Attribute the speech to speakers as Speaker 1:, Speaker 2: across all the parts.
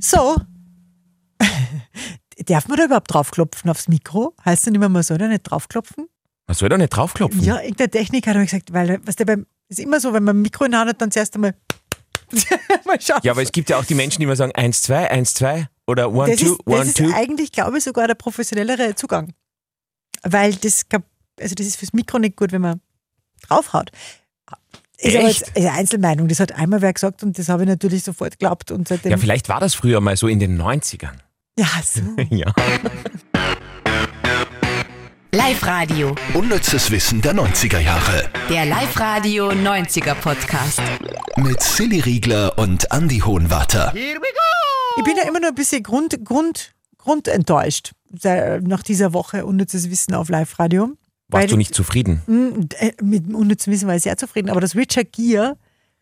Speaker 1: So. Darf man da überhaupt draufklopfen aufs Mikro? Heißt denn immer, man soll da nicht draufklopfen?
Speaker 2: Man soll doch nicht draufklopfen.
Speaker 1: Ja, irgendeine Technik hat er gesagt, weil, was der beim, ist immer so, wenn man ein Mikro in der Hand hat, dann zuerst einmal. mal schauen.
Speaker 2: Ja, aber es gibt ja auch die Menschen, die immer sagen, eins, zwei, eins, zwei oder one,
Speaker 1: das
Speaker 2: two,
Speaker 1: ist, das
Speaker 2: one,
Speaker 1: ist
Speaker 2: two.
Speaker 1: eigentlich, glaube ich, sogar der professionellere Zugang. Weil das, kap- also das ist fürs Mikro nicht gut, wenn man draufhaut. Ist aber
Speaker 2: Echt?
Speaker 1: jetzt eine Einzelmeinung. Das hat einmal wer gesagt und das habe ich natürlich sofort geglaubt. Und seitdem.
Speaker 2: Ja, vielleicht war das früher mal so in den 90ern.
Speaker 1: ja so.
Speaker 2: Ja.
Speaker 3: Live-Radio.
Speaker 4: Unnützes Wissen der 90er Jahre.
Speaker 3: Der Live-Radio 90er Podcast.
Speaker 4: Mit Silly Riegler und Andy Hohenwarter.
Speaker 1: Ich bin ja immer nur ein bisschen grund, grund, grundenttäuscht sei- nach dieser Woche unnützes Wissen auf Live-Radio. Weil-
Speaker 2: Warst du nicht zufrieden?
Speaker 1: Mm, äh, Mit dem unnützem Wissen war ich sehr zufrieden, aber dass Richard Gere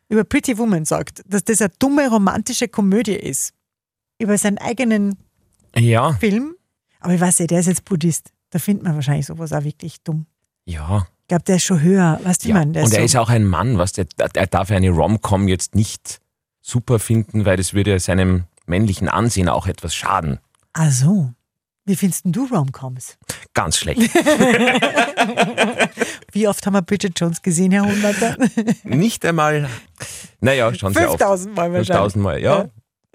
Speaker 1: über Pretty Woman sagt, dass das eine dumme romantische Komödie ist. Über seinen eigenen
Speaker 2: Ja.
Speaker 1: Film. Aber ich weiß ja, der ist jetzt Buddhist. Da findet man wahrscheinlich sowas auch wirklich dumm.
Speaker 2: Ja.
Speaker 1: Ich glaube, der ist schon höher. Weißt du, wie
Speaker 2: ja.
Speaker 1: man der
Speaker 2: Und er
Speaker 1: so-
Speaker 2: ist auch ein Mann, was der, er darf eine Rom-Com jetzt nicht super finden, weil das würde seinem männlichen Ansehen auch etwas schaden.
Speaker 1: Ach Ah, so. Wie findest denn du Romcoms?
Speaker 2: Ganz schlecht.
Speaker 1: Wie oft haben wir Bridget Jones gesehen, Herr Hunderter?
Speaker 2: nicht einmal. Naja, schon sehr oft.
Speaker 1: 5000 Mal wahrscheinlich.
Speaker 2: 5000 Mal, ja.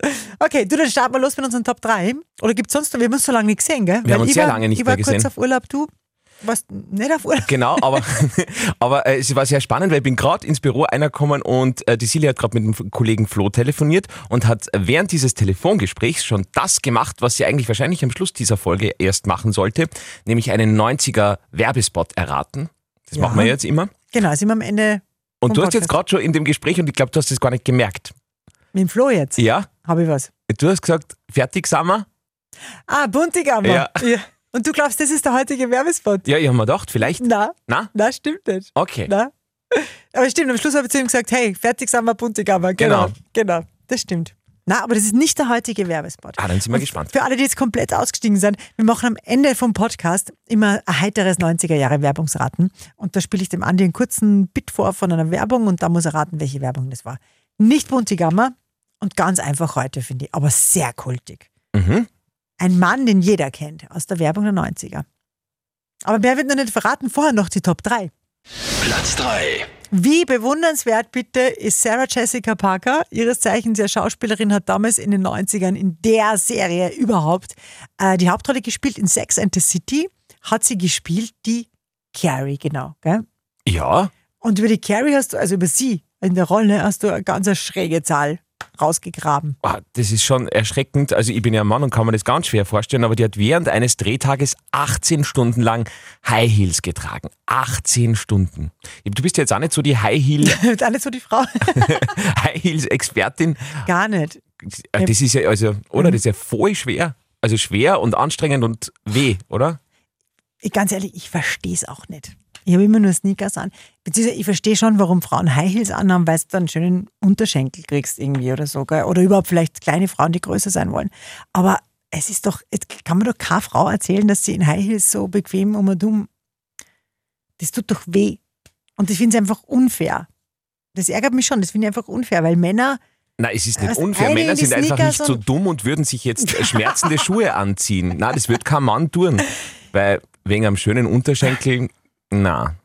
Speaker 1: Ja. Okay, du, dann starten wir los mit unseren Top 3. Oder gibt es sonst noch, wir haben uns so lange nicht gesehen, gell?
Speaker 2: Wir haben uns
Speaker 1: ich
Speaker 2: sehr
Speaker 1: war,
Speaker 2: lange nicht
Speaker 1: Ich war
Speaker 2: mehr
Speaker 1: kurz
Speaker 2: gesehen.
Speaker 1: auf Urlaub, du warst nicht auf Urlaub.
Speaker 2: Genau, aber, aber äh, es war sehr spannend, weil ich bin gerade ins Büro einerkommen und äh, die Silja hat gerade mit dem Kollegen Flo telefoniert und hat während dieses Telefongesprächs schon das gemacht, was sie eigentlich wahrscheinlich am Schluss dieser Folge erst machen sollte, nämlich einen 90er Werbespot erraten. Das
Speaker 1: Ja.
Speaker 2: machen wir jetzt immer.
Speaker 1: Genau, sind wir am Ende
Speaker 2: Und
Speaker 1: Vom
Speaker 2: du hast jetzt
Speaker 1: Podcast.
Speaker 2: gerade schon in dem Gespräch, und ich glaube, du hast es gar nicht gemerkt.
Speaker 1: mit dem Flo jetzt.
Speaker 2: Ja,
Speaker 1: Habe ich was.
Speaker 2: du hast gesagt, fertig sind wir.
Speaker 1: Ah, Buntigammer.
Speaker 2: Ja.
Speaker 1: Und du glaubst, das ist der heutige Werbespot?
Speaker 2: Ja, ich habe mir gedacht, vielleicht.
Speaker 1: Na,
Speaker 2: Na,
Speaker 1: na, stimmt nicht.
Speaker 2: okay.
Speaker 1: Na? Aber stimmt, am Schluss habe ich zu ihm gesagt, hey, fertig sind wir, Buntigammer. Genau, genau. Das stimmt. Na, aber das ist nicht der heutige Werbespot.
Speaker 2: Ah, dann sind wir gespannt.
Speaker 1: Für alle, die jetzt komplett ausgestiegen sind, wir machen am Ende vom Podcast immer ein heiteres 90er-Jahre-Werbungsraten. Und da spiele ich dem Andi einen kurzen Bit vor von einer Werbung und da muss er raten, welche Werbung das war. Nicht Buntigammer und ganz einfach heute, finde ich, aber sehr kultig.
Speaker 2: Mhm.
Speaker 1: Ein Mann, den jeder kennt, aus der Werbung der 90er. Aber mehr wird noch nicht verraten, vorher noch die Top 3.
Speaker 4: Platz 3.
Speaker 1: Wie bewundernswert bitte ist Sarah Jessica Parker, ihres Zeichens ja Schauspielerin, hat damals in den 90ern in der Serie überhaupt äh, die Hauptrolle gespielt in Sex and the City, hat sie gespielt die Carrie, genau. Gell?
Speaker 2: Ja,
Speaker 1: Und über die Carrie hast du, also über sie in der Rolle, hast du eine ganz eine schräge Zahl rausgegraben.
Speaker 2: Ah, das ist schon erschreckend. Also ich bin ja ein Mann und kann mir das ganz schwer vorstellen, aber die hat während eines Drehtages 18 Stunden lang High Heels getragen. 18 Stunden. Du bist ja jetzt auch nicht so die High Heel,
Speaker 1: Alles so die Frau?
Speaker 2: High Heels Expertin.
Speaker 1: Gar nicht.
Speaker 2: Das ist ja also, oder? Das ist ja voll schwer. Also schwer und anstrengend und weh, oder?
Speaker 1: ich, ganz ehrlich, ich verstehe es auch nicht. Ich habe immer nur Sneakers an. Beziehungsweise ich verstehe schon, warum Frauen High Heels anhaben, weil du dann einen schönen Unterschenkel kriegst irgendwie oder so. Gell? Oder überhaupt vielleicht kleine Frauen, die größer sein wollen. Aber es ist doch, es kann man doch keine Frau erzählen, dass sie in High Heels so bequem um und um. Das tut doch weh. Und ich finde es einfach unfair. Das ärgert mich schon, das finde ich einfach unfair, weil Männer,
Speaker 2: Nein, es ist nicht
Speaker 1: Also
Speaker 2: unfair.
Speaker 1: eine
Speaker 2: Männer
Speaker 1: in die
Speaker 2: sind einfach
Speaker 1: Sneakers
Speaker 2: nicht so
Speaker 1: und-
Speaker 2: dumm und würden sich jetzt schmerzende Schuhe anziehen. Nein, das wird kein Mann tun. Weil wegen einem schönen Unterschenkel, na.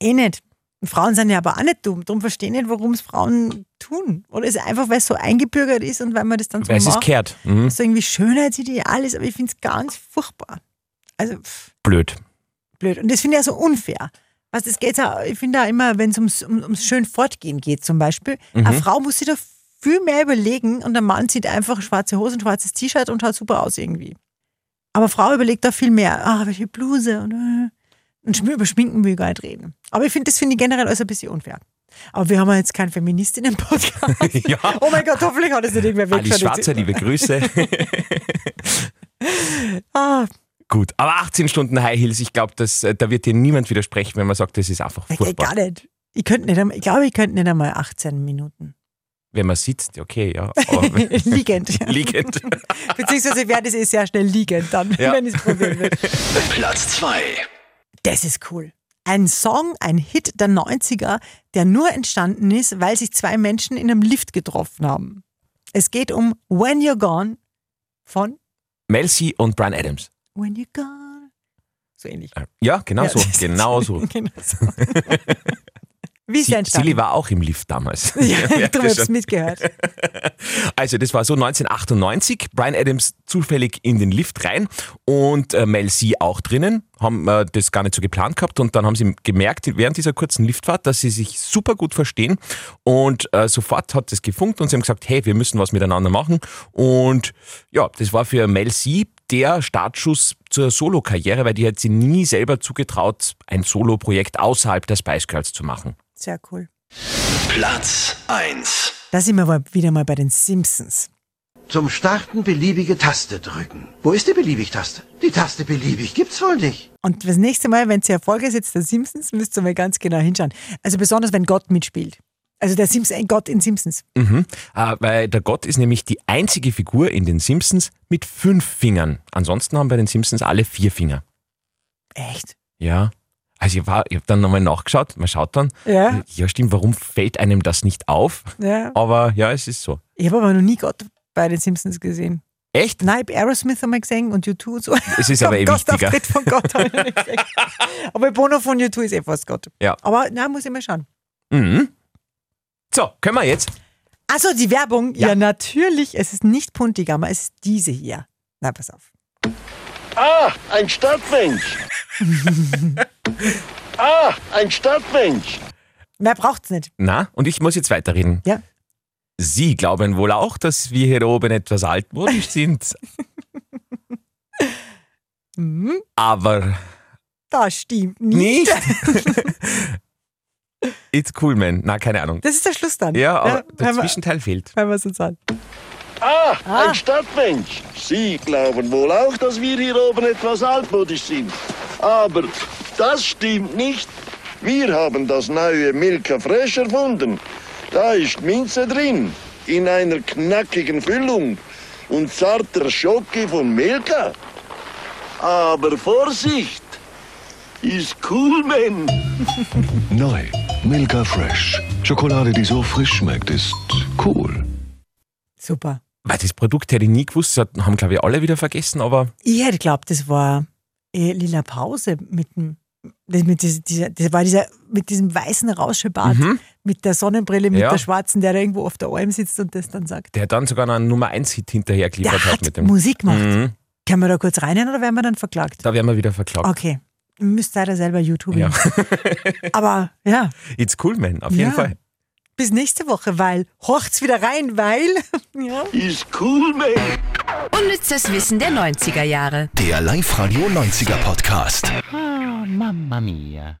Speaker 1: eh nicht. Frauen sind ja aber auch nicht dumm. Darum verstehe ich nicht, warum es Frauen tun. Oder ist es einfach, weil es so eingebürgert ist und weil man das dann so
Speaker 2: Weil es ist
Speaker 1: macht?
Speaker 2: kehrt. Mhm.
Speaker 1: so Also irgendwie Schönheitsideal ist, aber ich finde es ganz furchtbar. Also pff,
Speaker 2: Blöd.
Speaker 1: blöd. Und das finde ich ja so unfair. Was das geht ja, ich finde auch immer, wenn es ums, um, ums schön Fortgehen geht zum Beispiel, eine Frau muss sich da viel mehr überlegen und der Mann zieht einfach schwarze Hose und schwarzes T-Shirt und schaut super aus irgendwie. Aber Frau überlegt da viel mehr, ah, welche Bluse und, äh. und Schmi- über Schminken will ich gar nicht reden. Aber ich finde, das finde ich generell alles ein bisschen unfair. Aber wir haben ja jetzt keinen Feministinnen-Podcast.
Speaker 2: Ja.
Speaker 1: Oh mein Gott, hoffentlich hat es nicht irgendwer
Speaker 2: Alice
Speaker 1: weggeschaltet.
Speaker 2: Schwarzer, liebe Grüße.
Speaker 1: Ah,
Speaker 2: Gut, aber 18 Stunden High Heels, ich glaube, da wird dir niemand widersprechen, wenn man sagt, das ist einfach
Speaker 1: Nein,
Speaker 2: furchtbar.
Speaker 1: Gar nicht. Ich, könnte nicht einmal, ich glaube, ich könnte nicht einmal 18 Minuten.
Speaker 2: Wenn man sitzt, okay, ja. Aber
Speaker 1: liegend.
Speaker 2: liegend.
Speaker 1: Beziehungsweise wäre das eh sehr schnell liegend dann,
Speaker 2: Ja.
Speaker 1: wenn ich es probieren würde.
Speaker 4: Platz 2.
Speaker 1: Das ist cool. Ein Song, ein Hit der 90er, der nur entstanden ist, weil sich zwei Menschen in einem Lift getroffen haben. Es geht um When You're Gone von
Speaker 2: Mel C. und Brian Adams.
Speaker 1: When You Gone. So ähnlich.
Speaker 2: Äh, Ja, genau
Speaker 1: Ja,
Speaker 2: so.
Speaker 1: das ist-
Speaker 2: Genau so.
Speaker 1: genau so. Wie ist
Speaker 2: Sie-
Speaker 1: der entstanden?
Speaker 2: Silly war auch im Lift damals.
Speaker 1: ja,
Speaker 2: Merkt ihr
Speaker 1: darum habe ich
Speaker 2: schon.
Speaker 1: es mitgehört.
Speaker 2: Also das war so 1998, Brian Adams zufällig in den Lift rein und äh, Mel C auch drinnen, haben äh, das gar nicht so geplant gehabt und dann haben sie gemerkt während dieser kurzen Liftfahrt, dass sie sich super gut verstehen und äh, sofort hat es gefunkt und sie haben gesagt, hey, wir müssen was miteinander machen und ja, das war für Mel C der Startschuss zur Solo-Karriere, weil die hat sie nie selber zugetraut, ein Solo-Projekt außerhalb der Spice Girls zu machen.
Speaker 1: Sehr cool.
Speaker 4: Platz 1.
Speaker 1: Da sind wir aber wieder mal bei den Simpsons.
Speaker 5: Zum Starten beliebige Taste drücken. Wo ist die beliebig Taste? Die Taste beliebig gibt's wohl nicht.
Speaker 1: Und das nächste Mal, wenn ihr ja vorgesetzt der Simpsons, müsst ihr mal ganz genau hinschauen. Also besonders, wenn Gott mitspielt. Also der Simpsons, Gott in Simpsons.
Speaker 2: Mhm. Äh, weil der Gott ist nämlich die einzige Figur in den Simpsons mit fünf Fingern. Ansonsten haben bei den Simpsons alle vier Finger.
Speaker 1: Echt?
Speaker 2: Ja. Also ich, war- ich habe dann nochmal nachgeschaut, man schaut dann,
Speaker 1: Ja.
Speaker 2: ja stimmt, warum fällt einem das nicht auf?
Speaker 1: Ja.
Speaker 2: Aber ja, es ist so.
Speaker 1: Ich habe aber noch nie Gott bei den Simpsons gesehen.
Speaker 2: Echt?
Speaker 1: Nein, ich hab Aerosmith haben wir gesehen und U2 und so.
Speaker 2: Es ist aber eh wichtiger.
Speaker 1: Gastauftritt von Gott habe ich noch nicht gesehen. Aber Bono von U2 ist eh fast Gott.
Speaker 2: Ja.
Speaker 1: Aber na, muss ich mal schauen.
Speaker 2: Mhm. So, können wir jetzt?
Speaker 1: Also die Werbung, ja.
Speaker 2: Ja.
Speaker 1: natürlich, es ist nicht Puntigammer, es ist diese hier. Na, pass auf.
Speaker 6: Ah, ein Stadtmensch. ah, ein Stadtmensch.
Speaker 1: Mehr braucht's nicht.
Speaker 2: Na, und ich muss jetzt weiterreden.
Speaker 1: Ja.
Speaker 2: Sie glauben wohl auch, dass wir hier oben etwas altmodisch sind.
Speaker 1: Mhm,
Speaker 2: Aber
Speaker 1: das stimmt nicht.
Speaker 2: nicht. It's cool, man. Na, keine Ahnung.
Speaker 1: Das ist der Schluss dann.
Speaker 2: Ja, aber der
Speaker 1: hören wir-
Speaker 2: Zwischenteil fehlt.
Speaker 1: hören wir es uns an.
Speaker 6: Ah, ein Stadtmensch. Sie glauben wohl auch, dass wir hier oben etwas altmodisch sind. Aber das stimmt nicht. Wir haben das neue Milka Fresh erfunden. Da ist Minze drin, in einer knackigen Füllung und zarter Schoki von Milka. Aber Vorsicht, ist cool, Mensch.
Speaker 7: Neu. Milka Fresh. Schokolade, die so frisch schmeckt, ist cool.
Speaker 1: Super.
Speaker 2: Weil das Produkt hätte ich nie gewusst, das haben glaube ich alle wieder vergessen, aber
Speaker 1: Ich hätte geglaubt, das war äh, Lila Pause mit dem. Das, mit dieser, dieser, das war dieser mit diesem weißen Rauschebart, mit der Sonnenbrille, mit
Speaker 2: Mhm. Ja.
Speaker 1: der schwarzen, der da irgendwo auf der Alm sitzt und das dann sagt.
Speaker 2: der hat dann sogar noch einen Nummer 1 Hit hinterher
Speaker 1: Der
Speaker 2: geliefert
Speaker 1: hat
Speaker 2: hat mit dem.
Speaker 1: Musik gemacht.
Speaker 2: Mhm.
Speaker 1: Können wir da kurz reinhören oder werden wir dann verklagt?
Speaker 2: Da werden wir wieder verklagt.
Speaker 1: Okay. Müsst leider selber YouTube.
Speaker 2: Ja.
Speaker 1: Aber ja,
Speaker 2: It's cool, man, auf
Speaker 1: Ja.
Speaker 2: jeden Fall.
Speaker 1: bis nächste Woche, weil horcht's wieder rein, weil. ja.
Speaker 6: Ist cool, Mensch.
Speaker 3: Unnützes Wissen der 90er Jahre.
Speaker 4: Der Live-Radio 90er Podcast.
Speaker 8: Ah, mamma mia.